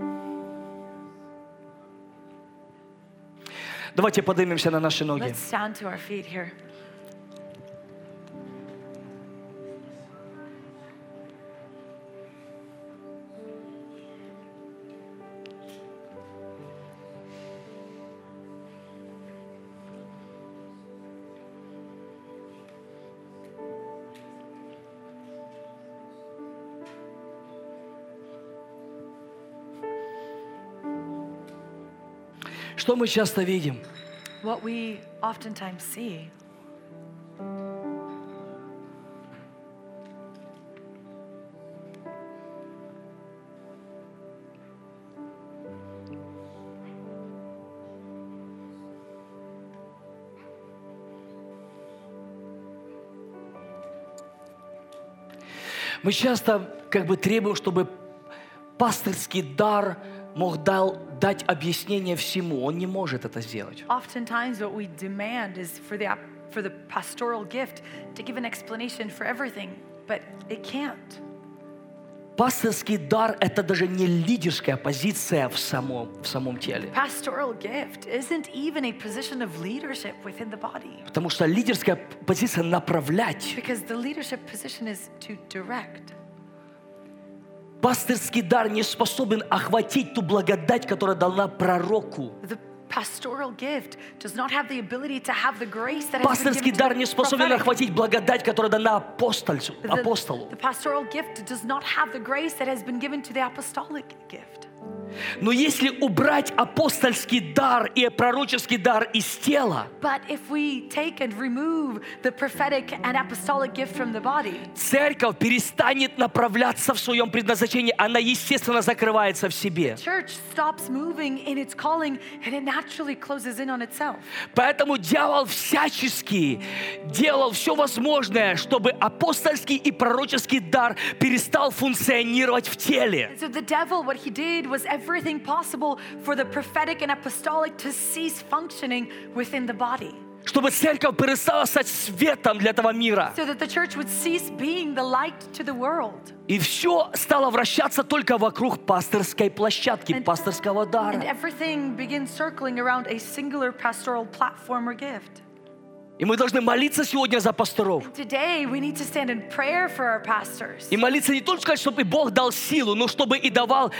Давайте поднимемся на наши ноги. Let's stand to our feet here. Что мы часто видим? What we oftentimes see Мы часто как бы требуем, чтобы пастырский дар мог дал, дать объяснение всему. Он не может это сделать. Oftentimes, what we demand is for the, for the pastoral gift to give an explanation for everything, but it can't. Пастырский дар – это даже не лидерская позиция в самом, в самом теле. Pastoral gift isn't even a position of leadership within the body Потому что лидерская позиция – направлять. because the leadership position is to direct. Пастырский дар не способен охватить ту благодать, которая дана пророку. The pastoral gift does not have the ability to have the grace that has been Пастырский given дар to не the способен prophetic. охватить благодать, которая дана апостольцу, The- апостолу. the pastoral gift does not have the grace that has been given to the apostolic gift. Но если убрать апостольский дар и пророческий дар из тела, But if we take and remove the prophetic and apostolic gift from the body, церковь перестанет направляться в своем предназначении. Она, естественно, закрывается в себе. church stops moving in its calling and it naturally closes in on itself. Поэтому дьявол всячески делал все возможное, чтобы апостольский и пророческий дар перестал функционировать в теле. And so the devil, what he did was everything possible for the prophetic and apostolic to cease functioning within the body. Чтобы церковь перестала стать светом для этого мира. So that the church would cease being the light to the world. И все стало вращаться только вокруг пасторской площадки, And- пасторского And дара. everything begins circling around a singular pastoral platform or gift. И мы должны молиться сегодня за пасторов. Today, we need to stand in prayer for our pastors. И молиться не только сказать, чтобы Бог дал силу, но чтобы и давал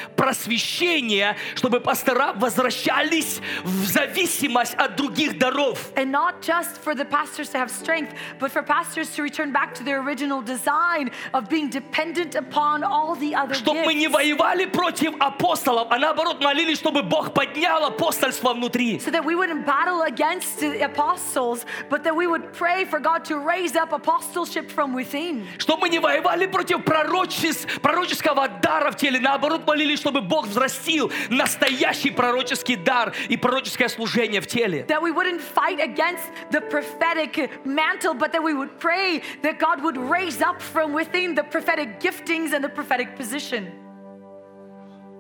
просвещение, чтобы пастора возвращались в зависимость от других даров. And not just for the pastors to have strength, but for pastors to return back to their original design of being dependent upon all the other Чтобы мы не gifts. воевали против апостолов, а наоборот молились, чтобы Бог поднял апостольство внутри. So that we wouldn't battle against the apostles, but that that we would pray for God to raise up apostleship from within. Чтобы мы не воевали против пророчес- пророческого дара в теле. Наоборот, молились, чтобы Бог взрастил настоящий пророческий дар и пророческое служение в теле. That we wouldn't fight against the prophetic mantle, but that we would pray that God would raise up from within the prophetic giftings and the prophetic position.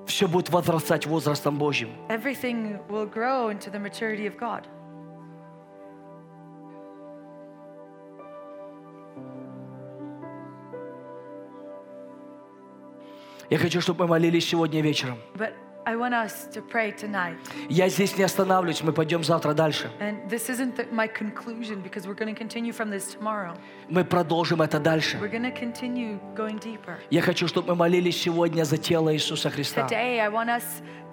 Все будет возрастать возрастом Божьим. Everything will grow into the maturity of God. Я хочу, чтобы мы молились сегодня вечером. But I want us to pray tonight. Я здесь не останавливаюсь, мы пойдем завтра дальше. And this isn't the, my conclusion because we're going to continue from this tomorrow. Мы продолжим это We're дальше. going to continue going deeper. Я хочу, чтобы мы молились сегодня за тело Иисуса Христа. Today, I want us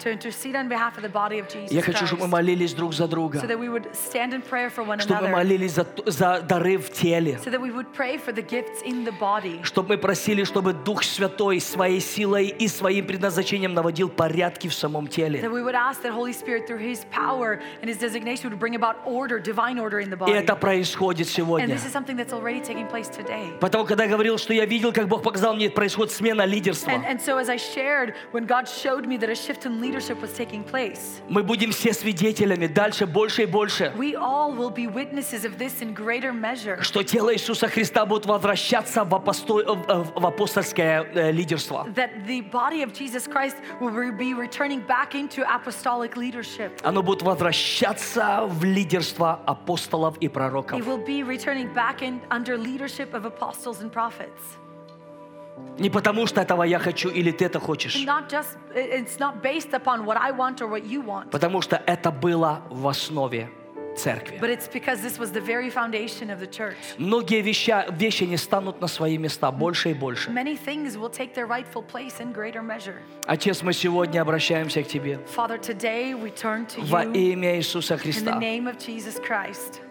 to intercede on behalf of the body of Jesus Я хочу, чтобы мы Christ молились друг за друга. so that we would stand in prayer for one Чтобы мы another, молились за, т- за дары в теле. so that we would pray for the gifts in the body, Чтобы мы просили, чтобы Дух Святой своей силой и своим предназначением наводил порядки в самом теле. that we would ask that Holy Spirit, through His power and His designation, would bring about order, divine order in the И body. это происходит And сегодня. this is something that's already taking place today. Потому когда я говорил, что я видел, как Бог показал мне, происходит смена лидерства. And, э, and so, as I shared, when God showed me that a shift in leadership was taking place, Мы будем все свидетелями дальше больше и больше, we all will be witnesses of this in greater measure. что тело Иисуса Христа будет возвращаться в, апосто- э, в апостольское э, лидерство. That the body of Jesus Christ will re- be returning back into apostolic leadership. Оно будет возвращаться в лидерство апостолов и It пророков. will be returning back in under leadership of apostles and prophets. Не потому, что этого я хочу или ты это хочешь. Not just it- it's not based upon what I want or what you want, Потому что это было в основе церкви. but it's because this was the very foundation of the church. Многие веща, вещи не станут на свои места больше и больше. Many things will take their rightful place in greater measure. Отец, мы сегодня обращаемся к Тебе Father, today we turn to во you имя Иисуса in the Христа. name of Jesus Christ.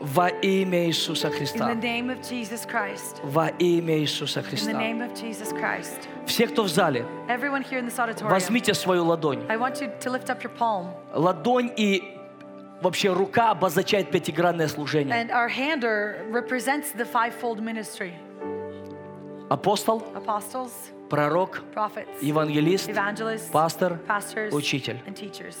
Во имя Иисуса In the Христа. name of Jesus Christ. Во имя Иисуса In the Христа. name of Jesus Christ. Все, кто в зале, Everyone here in this auditorium, возьмите свою ладонь. I want you to lift up your palm. Ладонь и вообще рука обозначает пятигранное служение. And our hander represents the fivefold ministry Апостол, apostles, пророк, prophets, евангелист, evangelists, пастор, Oh, pastors, учитель. and teachers.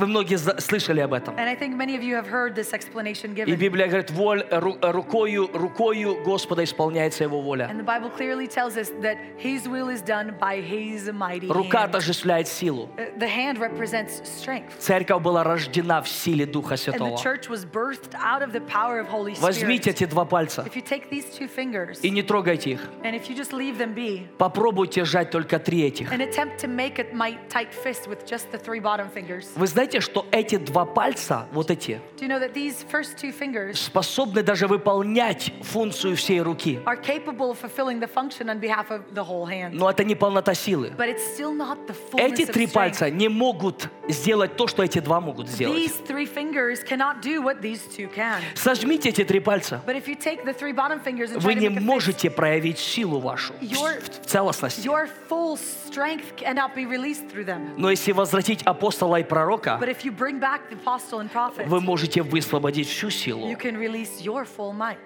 Вы многие за- слышали об этом. And I think many of you have heard this explanation И given. Библия говорит, воль, ру- рукою, рукою Господа исполняется его воля. And the Bible clearly tells us that His will is done by His mighty Рука hand. отождествляет силу. Uh, The hand represents strength. Церковь была рождена в силе Духа And the Святого. church was birthed out of the power of Holy Возьмите Spirit. эти два пальца If you take these two fingers и не трогайте их. and if you just leave them be, Попробуйте сжать только три этих. and attempt to make it my tight fist with just the three bottom fingers. Вы знаете, что эти два пальца, вот эти, Do you know that these first two fingers способны даже выполнять функцию всей руки. are capable of fulfilling the function on behalf of the whole hand? Но это не полнота силы. But it's still not the fullness Эти of три strength. пальца не могут сделать то, что эти два могут сделать. These three fingers cannot do what these two can. Сожмите эти три пальца. But if you take the three bottom fingers and Вы try to не make a fist, можете проявить силу вашу в Your- в целостности. your full strength cannot be released through them. Но если возвратить апостола и But пророка, if you bring back the apostle and prophet, вы можете высвободить всю you силу. can release your full might.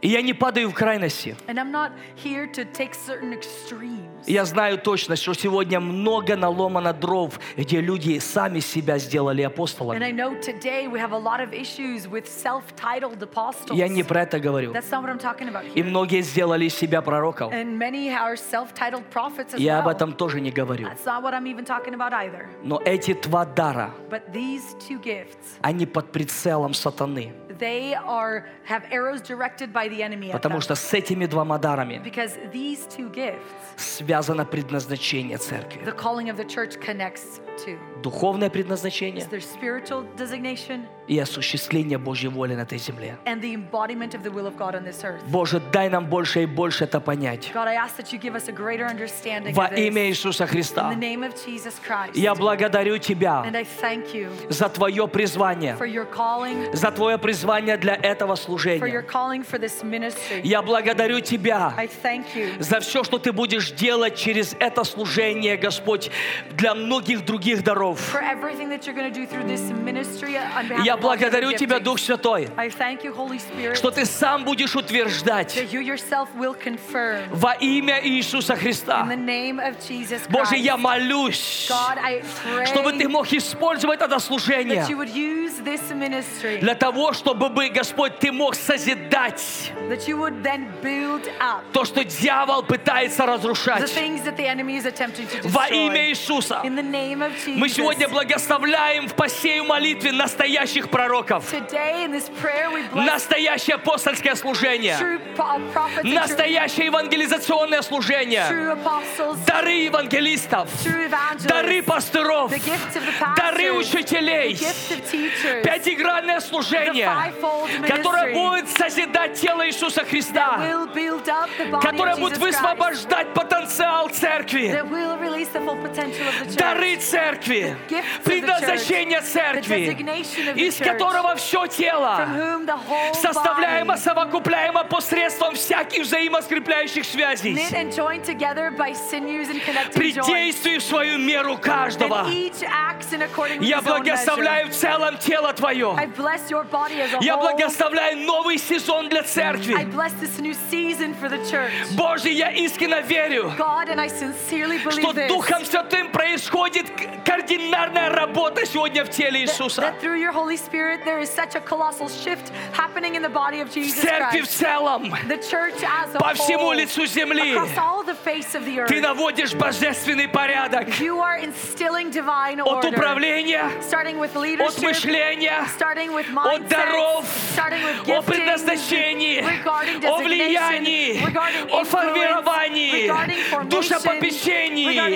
И я не падаю в крайности. And I'm not here to take certain extremes. Я знаю точно, что сегодня много наломано дров, где люди сами себя сделали And апостолами. I know today we have a lot of issues with self-titled apostles. Я не про это говорю. That's not what I'm talking about И here. многие сделали из себя пророков. And many are self-titled prophets as Я об well. этом тоже не говорю. That's not what I'm even talking about either. Но эти два дара, But these two gifts, они под прицелом сатаны. they are have arrows directed by the enemy. At Потому them. что с этими двумя дарами Because these two gifts, связано предназначение церкви. the calling of the church connects to. Духовное It's предназначение their spiritual designation и осуществление Божьей воли на этой земле. and the embodiment of the will of God on this earth. Боже, дай нам больше и больше это понять. God, I ask that you give us a greater understanding Во of this. имя Иисуса In Христа the name of Jesus Christ. я благодарю Тебя And I thank you за Твое призвание, for your calling, за Твое призвание для этого for your служения. calling for this ministry. Я благодарю Тебя I thank you за все, что Ты будешь делать через это служение, Господь, для многих других даров. for everything that you're going to do through this ministry on behalf Я of all your благодарю Тебя, giftings. Дух Святой, I thank you, Holy Spirit, что Ты сам будешь утверждать that you yourself will confirm во имя Иисуса in the Христа. name of Jesus Боже, я Christ. молюсь, God, I чтобы Ты pray мог использовать это служение that you would use this ministry, для того, чтобы, бы, Господь, Ты мог созидать that you would then build up то, что дьявол пытается the разрушать. things that the enemy is attempting to Во имя destroy. Иисуса. In the name of Jesus. Мы сегодня благословляем в посею молитве настоящих пророков, Today in this prayer we bless настоящее апостольское служение, true pro- prophets, and true, настоящее евангелизационное служение, true apostles, дары евангелистов, true дары evangelists, пастыров, the gifts of the дары pastors, the учителей, gifts of teachers, пятигранное the служение, fivefold которое ministry будет созидать тело Иисуса that Христа, will build up the body которое of будет Jesus Christ, высвобождать потенциал церкви, that will release the full potential of the дары church, церкви, gifts of the предназначение the церкви, designation of the из church, которого все from тело whom the whole составляемо, body совокупляемо посредством всяких взаимоскрепляющих связей, knit and joined together by sinews and при connecting joints, действии в свою меру каждого. and each acts in according with Я his own measure. благословляю в целом тело I Твое. bless your body as a Я whole. благословляю новый сезон для I церкви. bless this new season for the church. Боже, я искренне верю, God, and I sincerely что believe this. Духом Святым происходит к- координарная работа сегодня в теле that, Иисуса. that through your Holy Spirit there is such a colossal shift happening in the body of В Jesus церкви в Christ. целом, The church as a по всему whole, лицу земли, across all the face of the Ты earth, наводишь божественный порядок you are instilling divine от order, управления, starting with от leadership, мышления, starting with от даров, mindset, starting with о giftings, предназначении, regarding о designation, влиянии, regarding о influence, формировании, regarding formation, regarding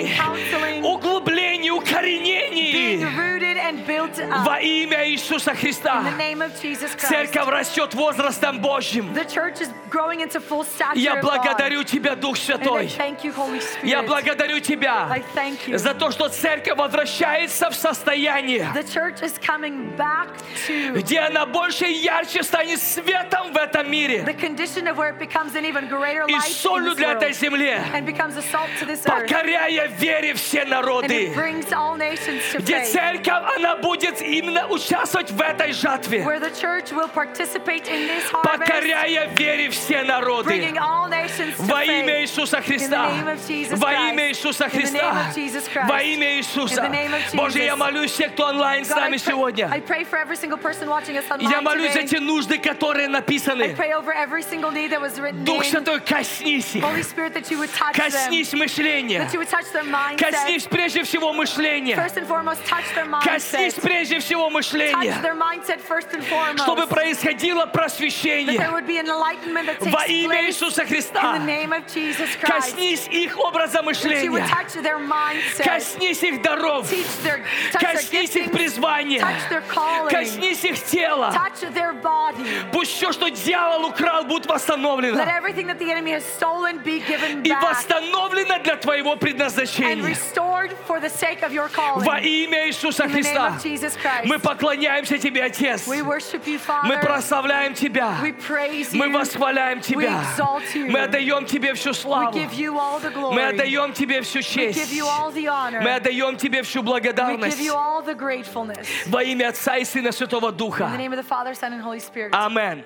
душепопечении, counseling, углублении, being укоренении rooted and built во up имя Иисуса in the Христа. name of Jesus Christ. Церковь растет возрастом Божьим. The church is growing into full stature Я of God. благодарю Тебя, Дух And I Святой. thank you, Holy Spirit. Я благодарю Тебя I thank you. за то, что церковь возвращается в состояние, The church is coming back to где она больше и ярче станет светом в этом the мире condition of where it becomes an even greater и light in солью this для world этой земли, and becomes a salt to this earth. покоряя вере все And it народы. brings all nations to Где faith. церковь, она будет именно участвовать в этой жатве, Where the church will participate in this harvest, покоряя вере все народы. bringing all nations to Во имя faith. Иисуса Христа. In the name of Jesus Во Christ. имя Иисуса In the name Христа. of Jesus Christ. Во имя Иисуса. In the name of Боже, я Jesus. молюсь всех, кто онлайн с God, I нами pray- I сегодня. pray for every single person watching us Я online молюсь за те today. нужды, которые I написаны. pray over every single need that was written Дух in. Святой, коснись их. Holy Spirit, that you would touch them, Коснись мышления. that you would touch their Коснись mindset. прежде всего мышления. First and foremost, touch their Коснись mindset. прежде всего Touch мышления. their mindset first and foremost. Чтобы That происходило there просвещение. would be an enlightenment that Во takes имя place Иисуса in the Христа. name of Jesus Christ. Коснись их образа That you would мышления. touch their mindset. Коснись их даров. Teach their, touch their Коснись их giftings. призвания. Touch their calling. Коснись их тела. Touch their body. Пусть все, что дьявол украл, будет Let восстановлено. everything that the enemy has stolen be given И back восстановлено для твоего and предназначения. restored for the sake of your calling. Во имя Иисуса In the name Христа. of Jesus Мы Christ. поклоняемся Тебе, Отец. We worship you, Мы Father. прославляем Тебя. We praise Мы you. восхваляем Тебя. We exalt you. Мы отдаем Тебе всю We славу. give you all the glory. Мы отдаем Тебе всю We честь. give you all the honor. Мы отдаем Тебе всю We give благодарность. you all the gratefulness. Во имя Отца и Сына Святого In the Духа. name of the Father, Son, and Holy Spirit. Аминь.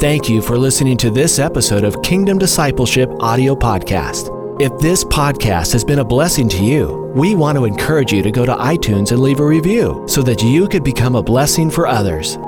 Thank you for listening to this episode of Kingdom Discipleship audio podcast. If this podcast has been a blessing to you, we want to encourage you to go to iTunes and leave a review so that you could become a blessing for others.